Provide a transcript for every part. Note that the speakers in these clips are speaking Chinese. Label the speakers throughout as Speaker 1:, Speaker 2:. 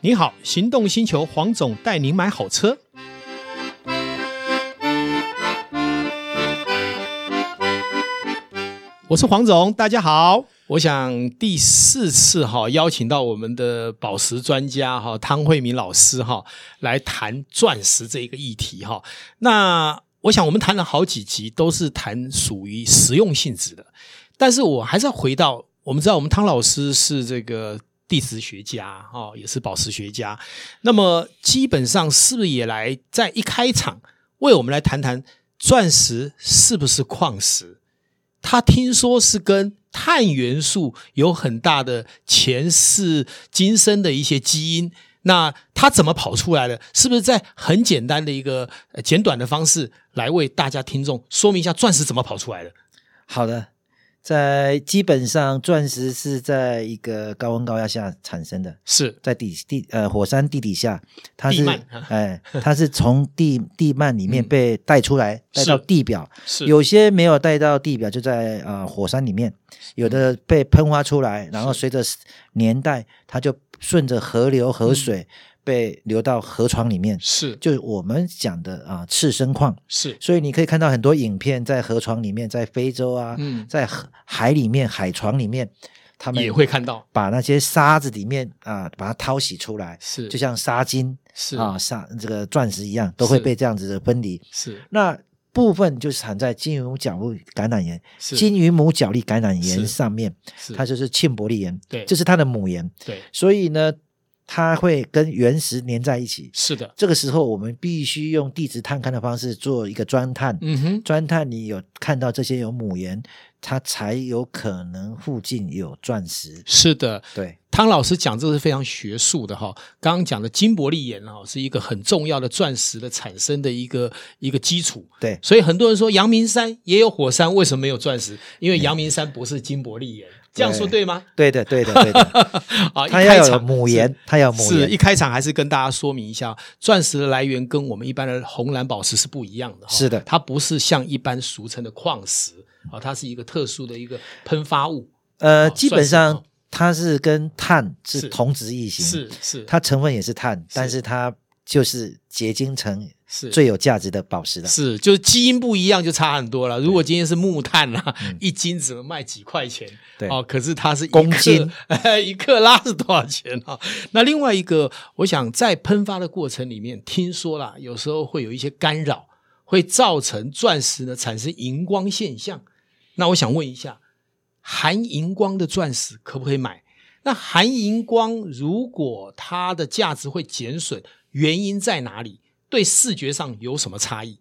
Speaker 1: 你好，行动星球黄总带您买好车。我是黄总，大家好。我想第四次哈、邀请到我们的宝石专家哈、汤慧明老师哈、来谈钻石这一个议题哈、那我想我们谈了好几集，都是谈属于实用性质的。但是我还是要回到，我们知道我们汤老师是这个地质学家哦，也是宝石学家。那么基本上是不是也来在一开场为我们来谈谈钻石是不是矿石？它听说是跟碳元素有很大的前世今生的一些基因。那它怎么跑出来的？是不是在很简单的一个呃简短的方式来为大家听众说明一下钻石怎么跑出来的？
Speaker 2: 好的，在基本上钻石是在一个高温高压下产生的，
Speaker 1: 是
Speaker 2: 在地地呃火山地底下，它
Speaker 1: 地
Speaker 2: 是
Speaker 1: 幔啊
Speaker 2: 哎，它是从地地幔里面
Speaker 1: 嗯
Speaker 2: 被带出来，带到
Speaker 1: 是
Speaker 2: 地表。
Speaker 1: 是
Speaker 2: 有些没有带到地表，就在呃火山里面，有的被喷发出来，然后随着年代，它就顺着河流
Speaker 1: 嗯
Speaker 2: 河水被流到河床里面，
Speaker 1: 是
Speaker 2: 就是我们讲的啊、次生矿。
Speaker 1: 是，
Speaker 2: 所以你可以看到很多影片，在河床里面，在非洲啊，
Speaker 1: 嗯
Speaker 2: 在河海里面、海床里面，他们
Speaker 1: 也会看到，
Speaker 2: 把那些沙子里面啊，把它掏洗出来，
Speaker 1: 是
Speaker 2: 就像沙金
Speaker 1: 是
Speaker 2: 啊、沙这个钻石一样，都会
Speaker 1: 是
Speaker 2: 被这样子的分离。
Speaker 1: 是
Speaker 2: 那部分就是产在金鱼母角粒感染源、
Speaker 1: 是
Speaker 2: 金鱼母角粒感染
Speaker 1: 是
Speaker 2: 源上面，
Speaker 1: 是
Speaker 2: 它就是庆伯利岩，
Speaker 1: 对
Speaker 2: 这是它的母岩，
Speaker 1: 对
Speaker 2: 所以呢，它会跟原石粘在一起。
Speaker 1: 是的，
Speaker 2: 这个时候，我们必须用地质探勘的方式做一个钻探，
Speaker 1: 嗯哼
Speaker 2: 钻探你有看到这些有母岩，它才有可能附近有钻石。
Speaker 1: 是的。
Speaker 2: 对，
Speaker 1: 汤老师讲这个是非常学术的哈，刚刚讲的金伯利岩哈是一个很重要的钻石的产生的一个一个基础，
Speaker 2: 对，
Speaker 1: 所以很多人说阳明山也有火山，为什么没有钻石？因为阳明山不是金伯利岩，这样说对吗？
Speaker 2: 对的，对的，对的，
Speaker 1: 啊，一
Speaker 2: 它
Speaker 1: 开
Speaker 2: 要有
Speaker 1: 场
Speaker 2: 母
Speaker 1: 是
Speaker 2: 岩，它要有母
Speaker 1: 是一
Speaker 2: 岩，
Speaker 1: 开场还是跟大家说明一下，钻石的来源跟我们一般的红蓝宝石是不一样的哈。
Speaker 2: 是的
Speaker 1: 它不是像一般俗称的矿石啊，它是一个特殊的一个喷发物。
Speaker 2: 呃，
Speaker 1: 哦
Speaker 2: 基
Speaker 1: 算
Speaker 2: 本
Speaker 1: 是哦
Speaker 2: 上它是跟碳
Speaker 1: 是
Speaker 2: 是同质异形，
Speaker 1: 是是，
Speaker 2: 嗯它成分也是碳，但是它就是结晶成
Speaker 1: 是
Speaker 2: 最有价值的宝石了。
Speaker 1: 是就是基因不一样就差很多了。如果今天是木炭啦，
Speaker 2: 嗯
Speaker 1: 一斤只能卖几块钱，
Speaker 2: 对
Speaker 1: 哦，可是它是一
Speaker 2: 公
Speaker 1: 克
Speaker 2: 斤，
Speaker 1: 一克拉是多少钱啊？ 那另外一个，我想在喷发的过程里面，听说啦，有时候会有一些干扰，会造成钻石呢产生荧光现象。那我想问一下，含荧光的钻石可不可以买？那含荧光如果它的价值会减损，原因在哪里？对视觉上有什么差异？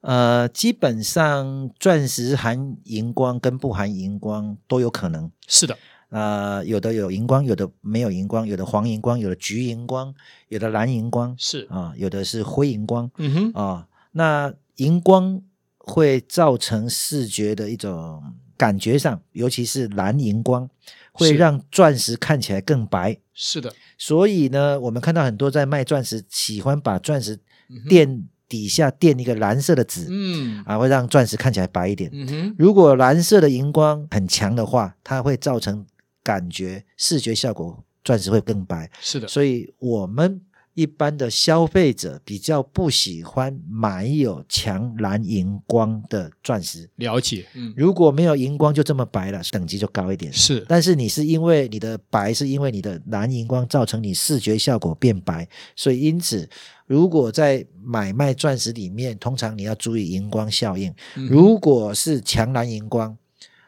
Speaker 2: 呃，基本上钻石含荧光跟不含荧光都有可能。
Speaker 1: 是的，
Speaker 2: 呃，有的有荧光，有的没有荧光，有的黄荧光，有的橘荧光，有的蓝荧光
Speaker 1: 是，
Speaker 2: 啊、有的是灰荧光
Speaker 1: 嗯哼，
Speaker 2: 啊、那荧光会造成视觉的一种感觉上，尤其是蓝荧光，会
Speaker 1: 是
Speaker 2: 让钻石看起来更白。
Speaker 1: 是的，
Speaker 2: 所以呢，我们看到很多在卖钻石，喜欢把钻石
Speaker 1: 嗯哼
Speaker 2: 垫底下垫一个蓝色的纸、
Speaker 1: 嗯
Speaker 2: 啊，会让钻石看起来白一点。
Speaker 1: 嗯哼，
Speaker 2: 如果蓝色的荧光很强的话，它会造成感觉视觉效果，钻石会更白。
Speaker 1: 是的，
Speaker 2: 所以我们一般的消费者比较不喜欢买有强蓝荧光的钻石。
Speaker 1: 了解，嗯，
Speaker 2: 如果没有荧光就这么白了，等级就高一点。
Speaker 1: 是
Speaker 2: 但是你是因为你的白是因为你的蓝荧光造成你视觉效果变白，所以因此，如果在买卖钻石里面，通常你要注意荧光效应。
Speaker 1: 嗯
Speaker 2: 如果是强蓝荧光，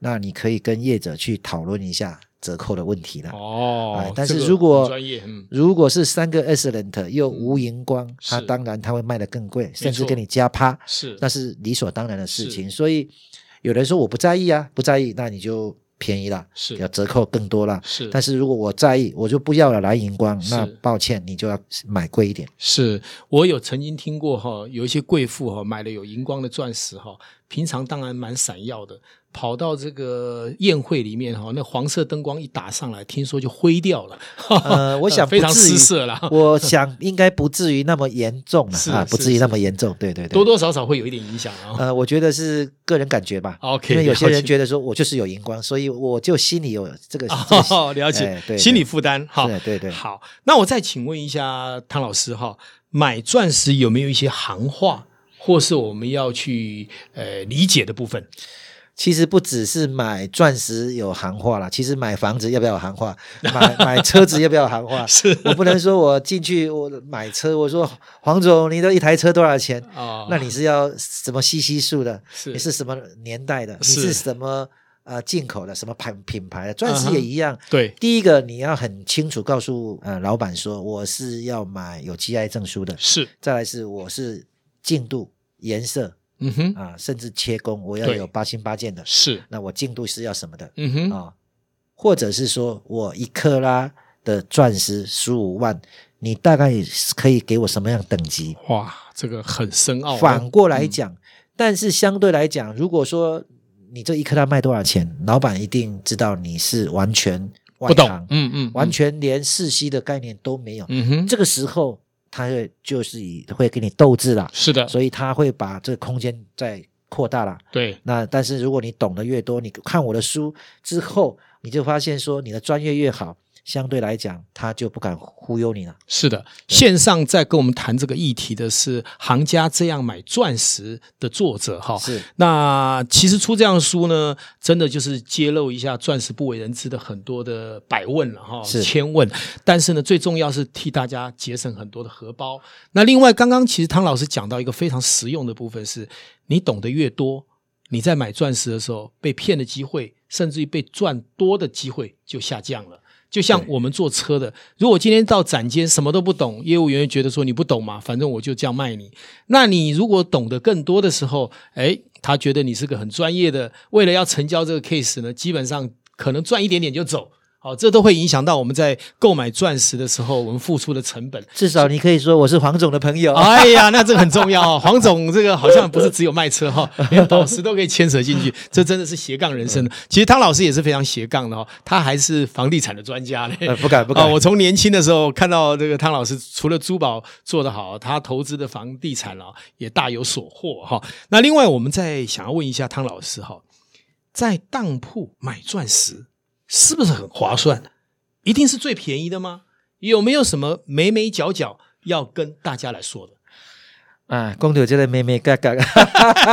Speaker 2: 那你可以跟业者去讨论一下折扣的问题了。
Speaker 1: 哦
Speaker 2: 哎，但
Speaker 1: 这
Speaker 2: 是
Speaker 1: 个
Speaker 2: 如果
Speaker 1: 很专业，嗯，
Speaker 2: 如果是三个 Excellent 又无荧光，它
Speaker 1: 是
Speaker 2: 当然它会卖得更贵，甚至
Speaker 1: 错
Speaker 2: 给你加趴，
Speaker 1: 是，
Speaker 2: 那是理所当然的事
Speaker 1: 是
Speaker 2: 情。所以有人说我不在意啊，不在意，那你就便宜了，
Speaker 1: 是
Speaker 2: 要折扣更多了。
Speaker 1: 是，
Speaker 2: 但是如果我在意，我就不要了蓝荧光，那
Speaker 1: 是
Speaker 2: 抱歉，你就要买贵 一点。
Speaker 1: 是我有曾经听过哈，有一些贵妇哈买了有荧光的钻石哈，平常当然蛮闪耀的，跑到这个宴会里面哈，那黄色灯光一打上来，听说就灰掉了。
Speaker 2: 呃， 我想不
Speaker 1: 非常
Speaker 2: 至于
Speaker 1: 失色了，
Speaker 2: 我想应该不至于那么严重了
Speaker 1: 是
Speaker 2: 啊，
Speaker 1: 是
Speaker 2: 不至于
Speaker 1: 是
Speaker 2: 那么严重。对对对，
Speaker 1: 多多少少会有一点影响啊。
Speaker 2: 呃，我觉得是个人感觉吧。
Speaker 1: OK，
Speaker 2: 因为有些
Speaker 1: 了解
Speaker 2: 人觉得说我就是有荧光，所以我就心里有 这个。这个
Speaker 1: 哦，了解
Speaker 2: 哎，对
Speaker 1: 心理负担哈。
Speaker 2: 对对对
Speaker 1: 好，那我再请问一下汤老师哈，买钻石有没有一些行话，或是我们要去呃理解的部 分？？
Speaker 2: 其实不只是买钻石有行话啦，其实买房子要不要有行话，买买车子要不要有行话
Speaker 1: 是
Speaker 2: 我不能说我进去我买车，我说黄总，你的一台车多少钱？
Speaker 1: 啊
Speaker 2: 那你是要什么稀稀数的？
Speaker 1: 是
Speaker 2: 你是什么年代的？你
Speaker 1: 是
Speaker 2: 是什么呃进口的？什么品品牌的？钻
Speaker 1: 嗯
Speaker 2: 石
Speaker 1: 哼
Speaker 2: 也一样。
Speaker 1: 对
Speaker 2: 第一个你要很清楚告诉呃老板说我是要买有 GI 证书的，
Speaker 1: 是，
Speaker 2: 再来是我是进度、颜色
Speaker 1: 嗯哼，
Speaker 2: 啊，甚至切工，我要
Speaker 1: 对
Speaker 2: 有八星八件的。
Speaker 1: 是，
Speaker 2: 那我进度是要什么的
Speaker 1: 嗯哼，
Speaker 2: 啊？或者是说我一克拉的钻石十五万，你大概可以给我什么样等级？
Speaker 1: 哇，这个很深奥啊。
Speaker 2: 反过来讲，但是相对来讲，如果说你这一克拉卖多少钱，老板一定知道你是完全外
Speaker 1: 不懂
Speaker 2: 行，，
Speaker 1: 嗯嗯，
Speaker 2: 完全连世袭的概念都没有。
Speaker 1: 嗯，嗯哼，
Speaker 2: 这个时候，他会就是以会跟你斗智啦，
Speaker 1: 是的，啊
Speaker 2: 所以他会把这个空间再扩大啦。
Speaker 1: 对，
Speaker 2: 那但是如果你懂得越多，你看我的书之后，你就发现说你的专业越好，相对来讲他就不敢忽悠你了。
Speaker 1: 是的，线上在跟我们谈这个议题的是行家这样买钻石的作者哈。
Speaker 2: 是
Speaker 1: 那其实出这样的书呢，真的就是揭露一下钻石不为人知的很多的百问了哈，
Speaker 2: 是
Speaker 1: 千问。但是呢，最重要是替大家节省很多的荷包。那另外，刚刚其实汤老师讲到一个非常实用的部分是，你懂得越多，你在买钻石的时候被骗的机会，甚至于被赚多的机会就下降了。就像我们坐车的，如果今天到展间什么都不懂，业务员觉得说你不懂嘛，反正我就这样卖你。那你如果懂得更多的时候，哎，他觉得你是个很专业的，为了要成交这个 case 呢，基本上可能赚一点点就走。好，这都会影响到我们在购买钻石的时候，我们付出的成本。
Speaker 2: 至少你可以说我是黄总的朋友。
Speaker 1: 哎呀，那这个很重要哦。 黄总这个好像不是只有卖车哈、 连宝石都可以牵扯进去，这真的是斜杠人生。其实汤老师也是非常斜杠的哦，他还是房地产的专家嘞。
Speaker 2: 呃，不敢不
Speaker 1: 啊、
Speaker 2: 敢，
Speaker 1: 我从年轻的时候看到这个汤老师，除了珠宝做得好，他投资的房地产啊也大有所获哈、那另外，我们再想要问一下汤老师哈、在当铺买钻石是不是很划算？一定是最便宜的吗？有没有什么眉眉角角要跟大家来说的？
Speaker 2: 啊，公主这个妹妹嘎嘎，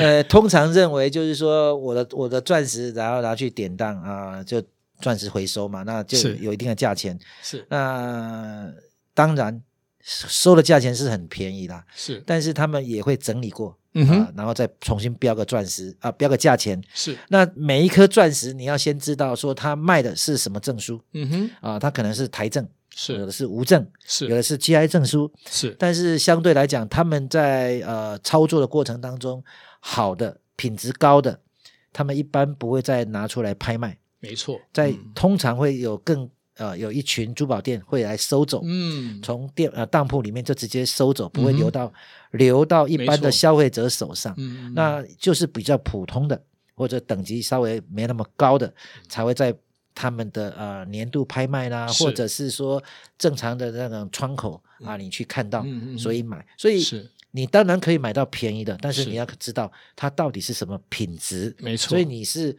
Speaker 2: 呃，通常认为就是说我的我的钻石，然后拿去典当啊，就钻石回收嘛，那就是有一定的价钱。
Speaker 1: 是
Speaker 2: 那当然收的价钱是很便宜啦，
Speaker 1: 是，
Speaker 2: 但是他们也会整理过
Speaker 1: 嗯
Speaker 2: 啊
Speaker 1: 哼，，
Speaker 2: 然后再重新标个钻石啊，标个价钱。
Speaker 1: 是，
Speaker 2: 那每一颗钻石，你要先知道说它卖的是什么证书
Speaker 1: 嗯哼，
Speaker 2: 啊，它可能是台证，有
Speaker 1: 是
Speaker 2: 的是无证，有
Speaker 1: 是
Speaker 2: 的是 GI 证书，
Speaker 1: 是，
Speaker 2: 但是相对来讲，他们在呃操作的过程当中，好的品质高的，他们一般不会再拿出来拍卖，
Speaker 1: 没错，
Speaker 2: 在、
Speaker 1: 嗯
Speaker 2: 通常会有更呃有一群珠宝店会来收走，
Speaker 1: 嗯，
Speaker 2: 从店呃当铺里面就直接收走，不会
Speaker 1: 嗯哼
Speaker 2: 留到、留到一
Speaker 1: 没
Speaker 2: 般
Speaker 1: 错
Speaker 2: 的消费者手上。
Speaker 1: 嗯
Speaker 2: 那就是比较普通的或者等级稍微没那么高
Speaker 1: 嗯
Speaker 2: 的，才会在他们的呃年度拍卖啦，
Speaker 1: 是
Speaker 2: 或者是说正常的那种窗口啊，你去看到
Speaker 1: 嗯嗯，嗯
Speaker 2: 所以买，所以
Speaker 1: 是
Speaker 2: 你当然可以买到便宜的，但是
Speaker 1: 是
Speaker 2: 你要知道它到底是什么品质，
Speaker 1: 没错
Speaker 2: 所以你是。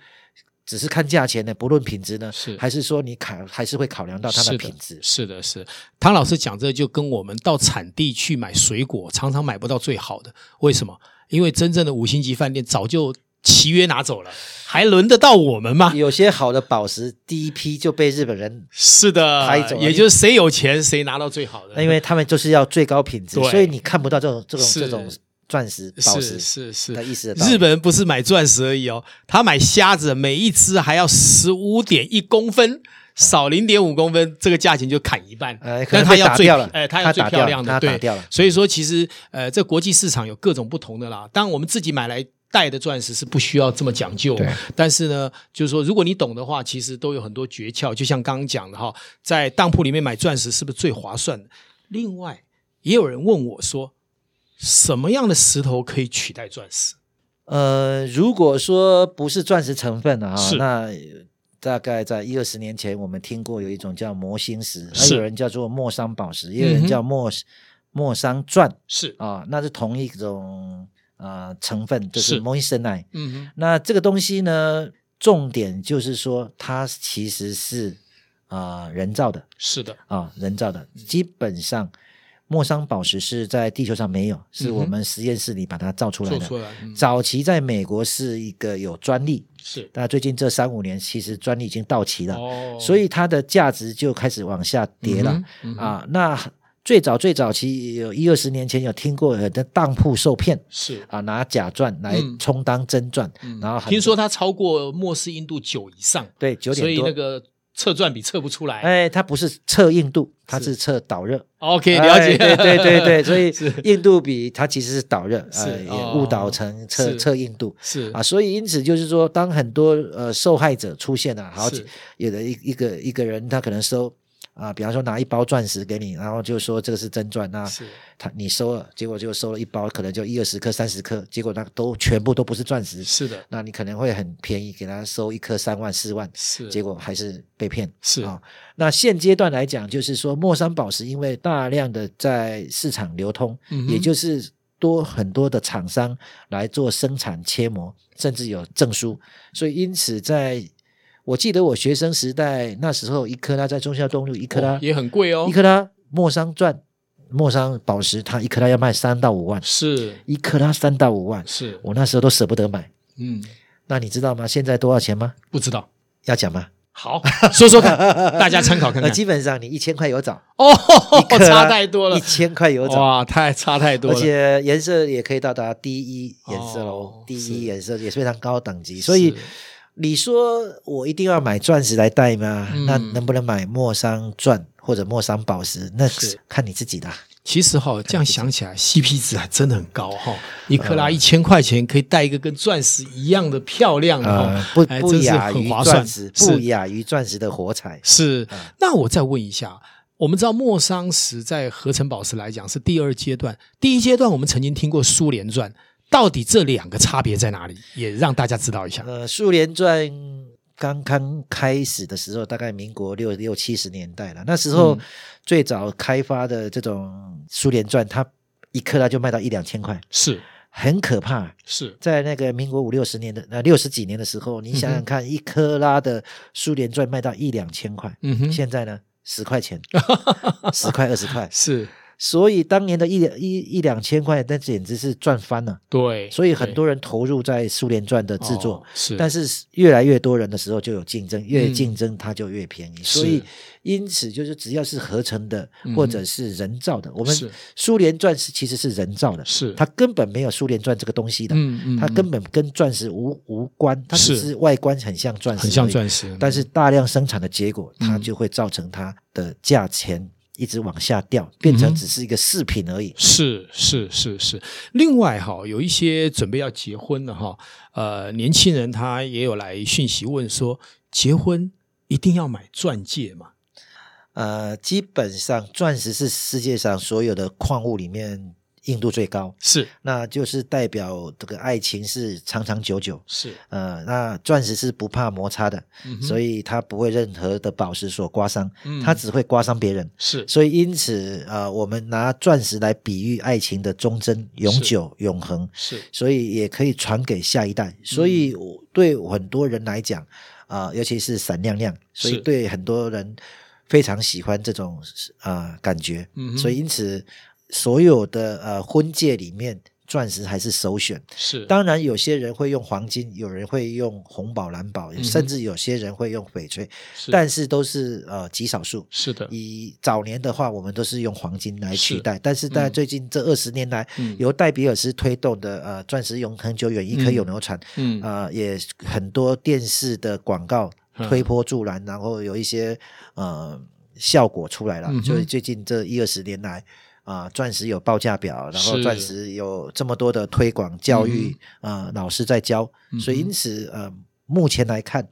Speaker 2: 只是看价钱呢，不论品质呢，
Speaker 1: 是
Speaker 2: 还是说你考还是会考量到它
Speaker 1: 是的
Speaker 2: 的品质？
Speaker 1: 是的，是唐老师讲这就跟我们到产地去买水果，常常买不到最好的，为什么？因为真正的五星级饭店早就契约拿走了，还轮得到我们吗？
Speaker 2: 有些好的宝石第一批就被日本人
Speaker 1: 是的
Speaker 2: 拍走，了
Speaker 1: 也就是谁有钱谁拿到最好
Speaker 2: 那
Speaker 1: 的。
Speaker 2: 因为他们就是要最高品质，
Speaker 1: 对
Speaker 2: 所以你看不到这种这种
Speaker 1: 是
Speaker 2: 这种钻石、宝
Speaker 1: 是
Speaker 2: 石
Speaker 1: 是
Speaker 2: 的
Speaker 1: 是，
Speaker 2: 意思的道理。
Speaker 1: 日本人不是买钻石而已哦，他买虾子，每一只还要十五点一公分，少零点五公分，这个价钱就砍一半。
Speaker 2: 呃，可
Speaker 1: 但
Speaker 2: 能
Speaker 1: 他
Speaker 2: 被
Speaker 1: 要
Speaker 2: 打
Speaker 1: 最
Speaker 2: 掉了，
Speaker 1: 哎，他要
Speaker 2: 他
Speaker 1: 最
Speaker 2: 打
Speaker 1: 漂
Speaker 2: 掉
Speaker 1: 亮
Speaker 2: 了，
Speaker 1: 的，
Speaker 2: 他
Speaker 1: 对
Speaker 2: 打，掉了。
Speaker 1: 所以说，其实呃，这国际市场有各种不同的啦。当然，我们自己买来戴的钻石是不需要这么讲究
Speaker 2: 对，
Speaker 1: 但是呢，就是说，如果你懂的话，其实都有很多诀窍。就像刚刚讲的哈，在当铺里面买钻石是不是最划算的？另外，也有人问我说，什么样的石头可以取代钻石？
Speaker 2: 呃，如果说不是钻石成分的啊
Speaker 1: 是，
Speaker 2: 那大概在一二十年前，我们听过有一种叫魔星石，还
Speaker 1: 是
Speaker 2: 有人叫做莫桑宝石，也
Speaker 1: 嗯哼
Speaker 2: 有人叫莫、莫桑钻
Speaker 1: 是，
Speaker 2: 啊，那是同一种呃成分，就是是 moissanite。
Speaker 1: 嗯
Speaker 2: 那这个东西呢，重点就是说它其实是啊、呃人造的
Speaker 1: 哼，是的，
Speaker 2: 啊、人造的，
Speaker 1: 嗯
Speaker 2: 基本上。莫桑宝石是在地球上没有，是我
Speaker 1: 嗯哼
Speaker 2: 们实验室里把它造出来
Speaker 1: 做
Speaker 2: 的。
Speaker 1: 出来，嗯
Speaker 2: 早期在美国是一个有专利，
Speaker 1: 是
Speaker 2: 但最近这三五年其实专利已经到期了，
Speaker 1: 哦，
Speaker 2: 所以它的价值就开始往下跌了、
Speaker 1: 嗯哼，嗯哼
Speaker 2: 啊。那最早最早期有一二十年前有听过有的当铺受骗
Speaker 1: 是，
Speaker 2: 啊，拿假钻来
Speaker 1: 嗯
Speaker 2: 充当真钻，
Speaker 1: 嗯
Speaker 2: 然后很
Speaker 1: 听说它超过莫氏硬度九以上，
Speaker 2: 对九
Speaker 1: 所
Speaker 2: 点
Speaker 1: 以
Speaker 2: 多，
Speaker 1: 那个测钻笔测不出来。
Speaker 2: 哎，它不是测硬度，它
Speaker 1: 是
Speaker 2: 是测导热。
Speaker 1: OK，了解，
Speaker 2: 哎对对对对，所以
Speaker 1: 是
Speaker 2: 硬度比它其实是导热，
Speaker 1: 是
Speaker 2: 呃，
Speaker 1: 哦
Speaker 2: 也误导成测
Speaker 1: 是
Speaker 2: 测硬度。
Speaker 1: 是
Speaker 2: 啊，所以因此就是说，当很多呃受害者出现了、好几
Speaker 1: 是
Speaker 2: 有的一一个一个人，他可能收啊，比方说拿一包钻石给你，然后就说这个是真钻，那
Speaker 1: 是
Speaker 2: 他你收了，结果就收了一包，可能就一二十颗、三十颗，结果那都全部都不是钻石，
Speaker 1: 是的，
Speaker 2: 那你可能会很便宜，给他收一颗三万、四万，
Speaker 1: 是
Speaker 2: 结果还是被骗。
Speaker 1: 是
Speaker 2: 啊、那现阶段来讲，就是说莫桑宝石因为大量的在市场流通，
Speaker 1: 嗯哼
Speaker 2: 也就是多很多的厂商来做生产切磨，甚至有证书，所以因此在我记得我学生时代那时候，一克拉在中孝东路一克拉、
Speaker 1: 哦也很贵哦
Speaker 2: 一，克拉莫桑钻莫桑宝石，它一克拉要卖三到五万，
Speaker 1: 是
Speaker 2: 一克拉三到五万，
Speaker 1: 是，
Speaker 2: 我那时候都舍不得买。
Speaker 1: 嗯，
Speaker 2: 那你知道吗？现在多少钱吗？
Speaker 1: 不知道。
Speaker 2: 要讲吗？
Speaker 1: 好，说说 看，大家参考看
Speaker 2: 那
Speaker 1: 看。
Speaker 2: 基本上你一千块有找，
Speaker 1: 哦，
Speaker 2: 呃一克拉
Speaker 1: 差太多了
Speaker 2: 一，千块有找，
Speaker 1: 哇，太差太多
Speaker 2: 而
Speaker 1: 了。
Speaker 2: 且颜色也可以到达第一颜色
Speaker 1: 哦
Speaker 2: 喽，第
Speaker 1: 是
Speaker 2: 一颜色也是非常高等级。所以你说我一定要买钻石来戴吗？
Speaker 1: 嗯
Speaker 2: 那能不能买莫桑钻或者莫桑宝石？那
Speaker 1: 是
Speaker 2: 看你自己的啊。
Speaker 1: 其实哈、这样想起来，CP 值还真的很高哈、一克
Speaker 2: 嗯
Speaker 1: 拉一千块钱可以带一个跟钻石一样的漂亮的、哦
Speaker 2: 呃，不
Speaker 1: 哎
Speaker 2: 不
Speaker 1: 真是
Speaker 2: 亚
Speaker 1: 很
Speaker 2: 于
Speaker 1: 划算
Speaker 2: 钻石，，不
Speaker 1: 是
Speaker 2: 亚于钻石的火彩。
Speaker 1: 是。
Speaker 2: 嗯
Speaker 1: 那我再问一下，我们知道莫桑石在合成宝石来讲是第二阶段，第一阶段我们曾经听过苏联钻，到底这两个差别在哪里？也让大家知道一下。
Speaker 2: 呃，苏联钻刚刚开始的时候，大概民国六六七十年代了。那时候
Speaker 1: 嗯
Speaker 2: 最早开发的这种苏联钻，它一克拉就卖到一两千块，
Speaker 1: 是
Speaker 2: 很可怕。
Speaker 1: 是，
Speaker 2: 在那个民国五六十年的呃六十几年的时候，你
Speaker 1: 嗯
Speaker 2: 想
Speaker 1: 哼
Speaker 2: 想看，一克拉的苏联钻卖到一两千块，
Speaker 1: 嗯哼，
Speaker 2: 现在呢十块 钱，十块二十块，
Speaker 1: 是
Speaker 2: 所以当年的一两一一两千块，那简直是赚翻了。
Speaker 1: 对，
Speaker 2: 所以很多人投入在苏联钻的
Speaker 1: 对
Speaker 2: 制作
Speaker 1: 哦，是，
Speaker 2: 但是越来越多人的时候就有竞争，越
Speaker 1: 嗯
Speaker 2: 竞争它就越便宜，
Speaker 1: 是
Speaker 2: 所以因此就是只要是合成的
Speaker 1: 嗯哼
Speaker 2: 或者是人造的，我们
Speaker 1: 是
Speaker 2: 苏联钻石其实是人造的，
Speaker 1: 是
Speaker 2: 它根本没有苏联钻这个东西的，
Speaker 1: 嗯嗯，
Speaker 2: 它根
Speaker 1: 嗯
Speaker 2: 本跟钻石无无关，它只
Speaker 1: 是
Speaker 2: 是外观很像钻石，
Speaker 1: 很像，钻石，
Speaker 2: 但是大量生产的结果，
Speaker 1: 嗯
Speaker 2: 它就会造成它的价钱一直往下掉，变
Speaker 1: 嗯哼
Speaker 2: 成只是一个饰品而已。
Speaker 1: 是是是是，另外哈，有一些准备要结婚的哈，呃，年轻人他也有来讯息问说，结婚一定要买钻戒吗？
Speaker 2: 呃，基本上钻石是世界上所有的矿物里面硬度最高。
Speaker 1: 是
Speaker 2: 那就是代表这个爱情是长长久久。
Speaker 1: 是，
Speaker 2: 呃，那钻石是不怕摩擦的，所
Speaker 1: 以
Speaker 2: 以它不会任何的宝石所刮伤，
Speaker 1: 嗯
Speaker 2: 它只会刮伤别人。
Speaker 1: 是
Speaker 2: 所以因此，呃，我们拿钻石来比喻爱情的忠贞、永
Speaker 1: 是嗯
Speaker 2: 久、永恒，
Speaker 1: 是
Speaker 2: 所以也可以传给下一代。所以我对很多人来讲，啊、尤其是闪亮亮，所以
Speaker 1: 是
Speaker 2: 对很多人非常喜欢这种啊、呃感觉。
Speaker 1: 嗯哼
Speaker 2: 所以因此，所有的呃婚戒里面，钻石还是首选。
Speaker 1: 是，
Speaker 2: 当然，有些人会用黄金，有人会用红宝、蓝宝，
Speaker 1: 嗯哼
Speaker 2: 甚至有些人会用翡翠，
Speaker 1: 是
Speaker 2: 但是都是呃极少数。
Speaker 1: 是的，
Speaker 2: 以早年的话，我们都是用黄金来取
Speaker 1: 是
Speaker 2: 代，但是在
Speaker 1: 嗯
Speaker 2: 最近这二十年来，
Speaker 1: 嗯
Speaker 2: 由戴比尔斯推动的呃钻石永恒久远，一颗
Speaker 1: 嗯
Speaker 2: 永流传，
Speaker 1: 嗯
Speaker 2: 呃，也很多电视的广告
Speaker 1: 嗯
Speaker 2: 推波助澜，然后有一些呃效果出来了
Speaker 1: 嗯哼，
Speaker 2: 所以最近这一二十年来。啊、钻石有报价表，然后
Speaker 1: 是
Speaker 2: 钻石有这么多的推呃广教育，啊，老师在教，所
Speaker 1: 嗯
Speaker 2: 以
Speaker 1: 嗯哼
Speaker 2: 因此呃，目前来看，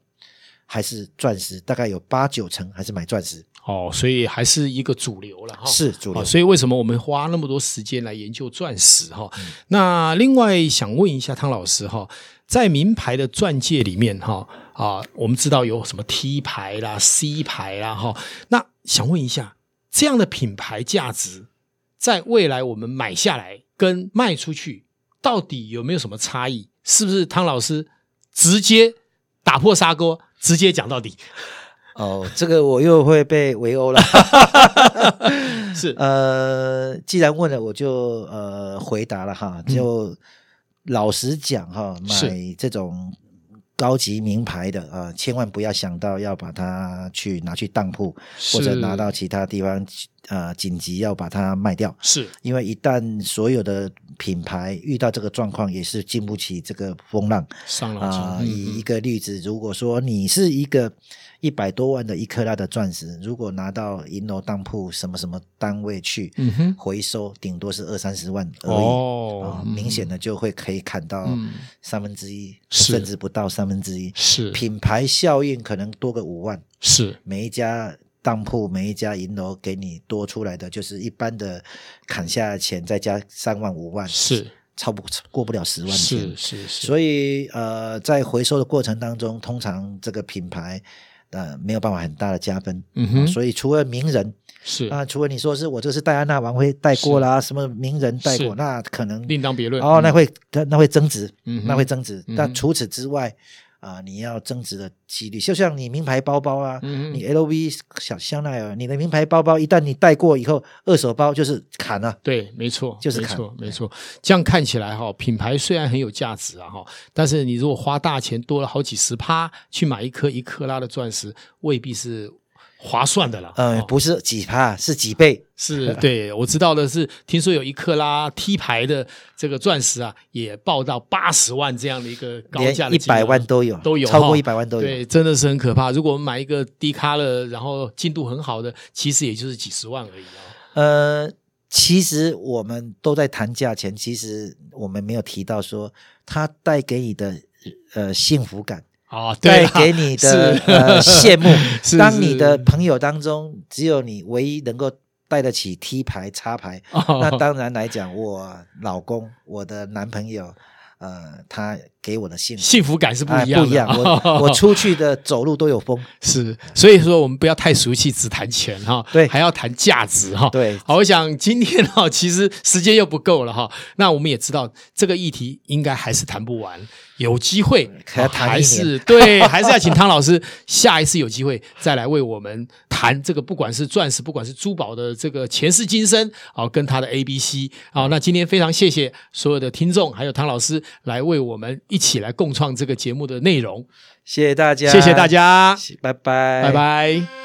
Speaker 2: 还是钻石，大概有八九成还是买钻石，
Speaker 1: 哦，所以还是一个主流了哈。
Speaker 2: 是主流
Speaker 1: 哦。所以为什么我们花那么多时间来研究钻石哈？
Speaker 2: 嗯
Speaker 1: 那另外想问一下汤老师哈，在名牌的钻戒里面哈啊，我们知道有什么 T 牌啦、C 牌啦哈，那想问一下，这样的品牌价值，在未来我们买下来跟卖出去，到底有没有什么差异？是不是汤老师直接打破砂锅，直接讲到底？
Speaker 2: 哦，这个我又会被围殴了。
Speaker 1: 是
Speaker 2: 呃，既然问了，我就呃回答了哈，就、老实讲哈，
Speaker 1: 嗯是
Speaker 2: 买这种高级名牌的啊、呃千万不要想到要把它去拿去当铺，或者
Speaker 1: 是
Speaker 2: 拿到其他地方呃紧急要把它卖掉。
Speaker 1: 是
Speaker 2: 因为一旦所有的品牌遇到这个状况，也是经不起这个风浪
Speaker 1: 上老师
Speaker 2: 啊、
Speaker 1: 嗯
Speaker 2: 以
Speaker 1: 嗯
Speaker 2: 一个例子，如果说你是一个一百多万的一克拉的钻石，如果拿到银楼当铺什么什么单位去
Speaker 1: 嗯哼
Speaker 2: 回收，顶多是二三十万而已。
Speaker 1: 哦
Speaker 2: 啊，明显的就会可以砍到
Speaker 1: 嗯
Speaker 2: 三分之一，
Speaker 1: 是
Speaker 2: 甚至不到三分之一。
Speaker 1: 是
Speaker 2: 品牌效应可能多个五万，
Speaker 1: 是
Speaker 2: 每一家当铺、每一家银楼给你多出来的就是一般的砍下的钱，再加三万五万，
Speaker 1: 是
Speaker 2: 超不过不了十万天
Speaker 1: 是。是是，
Speaker 2: 所以呃，在回收的过程当中，通常这个品牌呃没有办法很大的加分。
Speaker 1: 嗯哼
Speaker 2: 啊所以除了名人
Speaker 1: 是
Speaker 2: 啊、除了你说是我这是戴安娜王妃戴过啦，什么名人戴
Speaker 1: 是
Speaker 2: 过，那可能
Speaker 1: 另当别论
Speaker 2: 哦，那会那那会增值，
Speaker 1: 嗯哼
Speaker 2: 那会增值。
Speaker 1: 嗯哼
Speaker 2: 但除此之外啊、你要增值的几率，就像你名牌包包啊，
Speaker 1: 嗯哼
Speaker 2: 你 LV 小香奈儿，你的名牌包包一旦你戴过以后，二手包就是砍了、
Speaker 1: 对，没错，
Speaker 2: 就是
Speaker 1: 没
Speaker 2: 看
Speaker 1: 错，没
Speaker 2: 哎
Speaker 1: 错。这样看起来哈、品牌虽然很有价值啊哈、但是你如果花大钱多了好几十趴去买一颗一克拉的钻石，未必是划算的啦。
Speaker 2: 呃，
Speaker 1: 哦
Speaker 2: 不是几趴，是几倍。
Speaker 1: 是对，我知道的是，听说有一克拉 T 牌的这个钻石啊，也报到八十万这样的一个高
Speaker 2: 连
Speaker 1: 价的
Speaker 2: 一
Speaker 1: 金额
Speaker 2: 百万都有，
Speaker 1: 都有
Speaker 2: 超过
Speaker 1: 哈
Speaker 2: 一百万都有。
Speaker 1: 对，真的是很可怕。如果我们买一个低咖了，然后进度很好的，其实也就是几十万而已啊。
Speaker 2: 呃，其实我们都在谈价钱，其实我们没有提到说它带给你的呃幸福感，
Speaker 1: 啊，对
Speaker 2: 哦带
Speaker 1: 啦
Speaker 2: 给你的
Speaker 1: 是
Speaker 2: 呃羡慕
Speaker 1: 是。
Speaker 2: 当你的
Speaker 1: 是
Speaker 2: 朋友当中只有你唯一能够带得起 T 牌、插牌， 那
Speaker 1: 哦
Speaker 2: 当然来讲，我老公、我的男朋友，呃，他给我的幸福。
Speaker 1: 幸福感是不
Speaker 2: 哎
Speaker 1: 一样的。
Speaker 2: 不一样， 我我出去的走路都有风，
Speaker 1: 是，所以说我们不要太俗气，只谈钱哈，
Speaker 2: 对
Speaker 1: 还要谈价值哈。
Speaker 2: 对
Speaker 1: 好，我想今天哈，其实时间又不够了哈。 那我们也知道这个议题应该还是谈不完，有机会啊
Speaker 2: 还嗯要谈一
Speaker 1: 还
Speaker 2: 年
Speaker 1: 是 对，还是要请汤老师下一次有机会再来为我们谈这个，不管是钻石，不管是珠宝的这个前世今生，好、跟他的 A B C，好、那今天非常谢谢所有的听众，还有汤老师来为我们一起来共创这个节目的内容，
Speaker 2: 谢谢大家，
Speaker 1: 谢谢大，家，
Speaker 2: 拜拜，
Speaker 1: 拜拜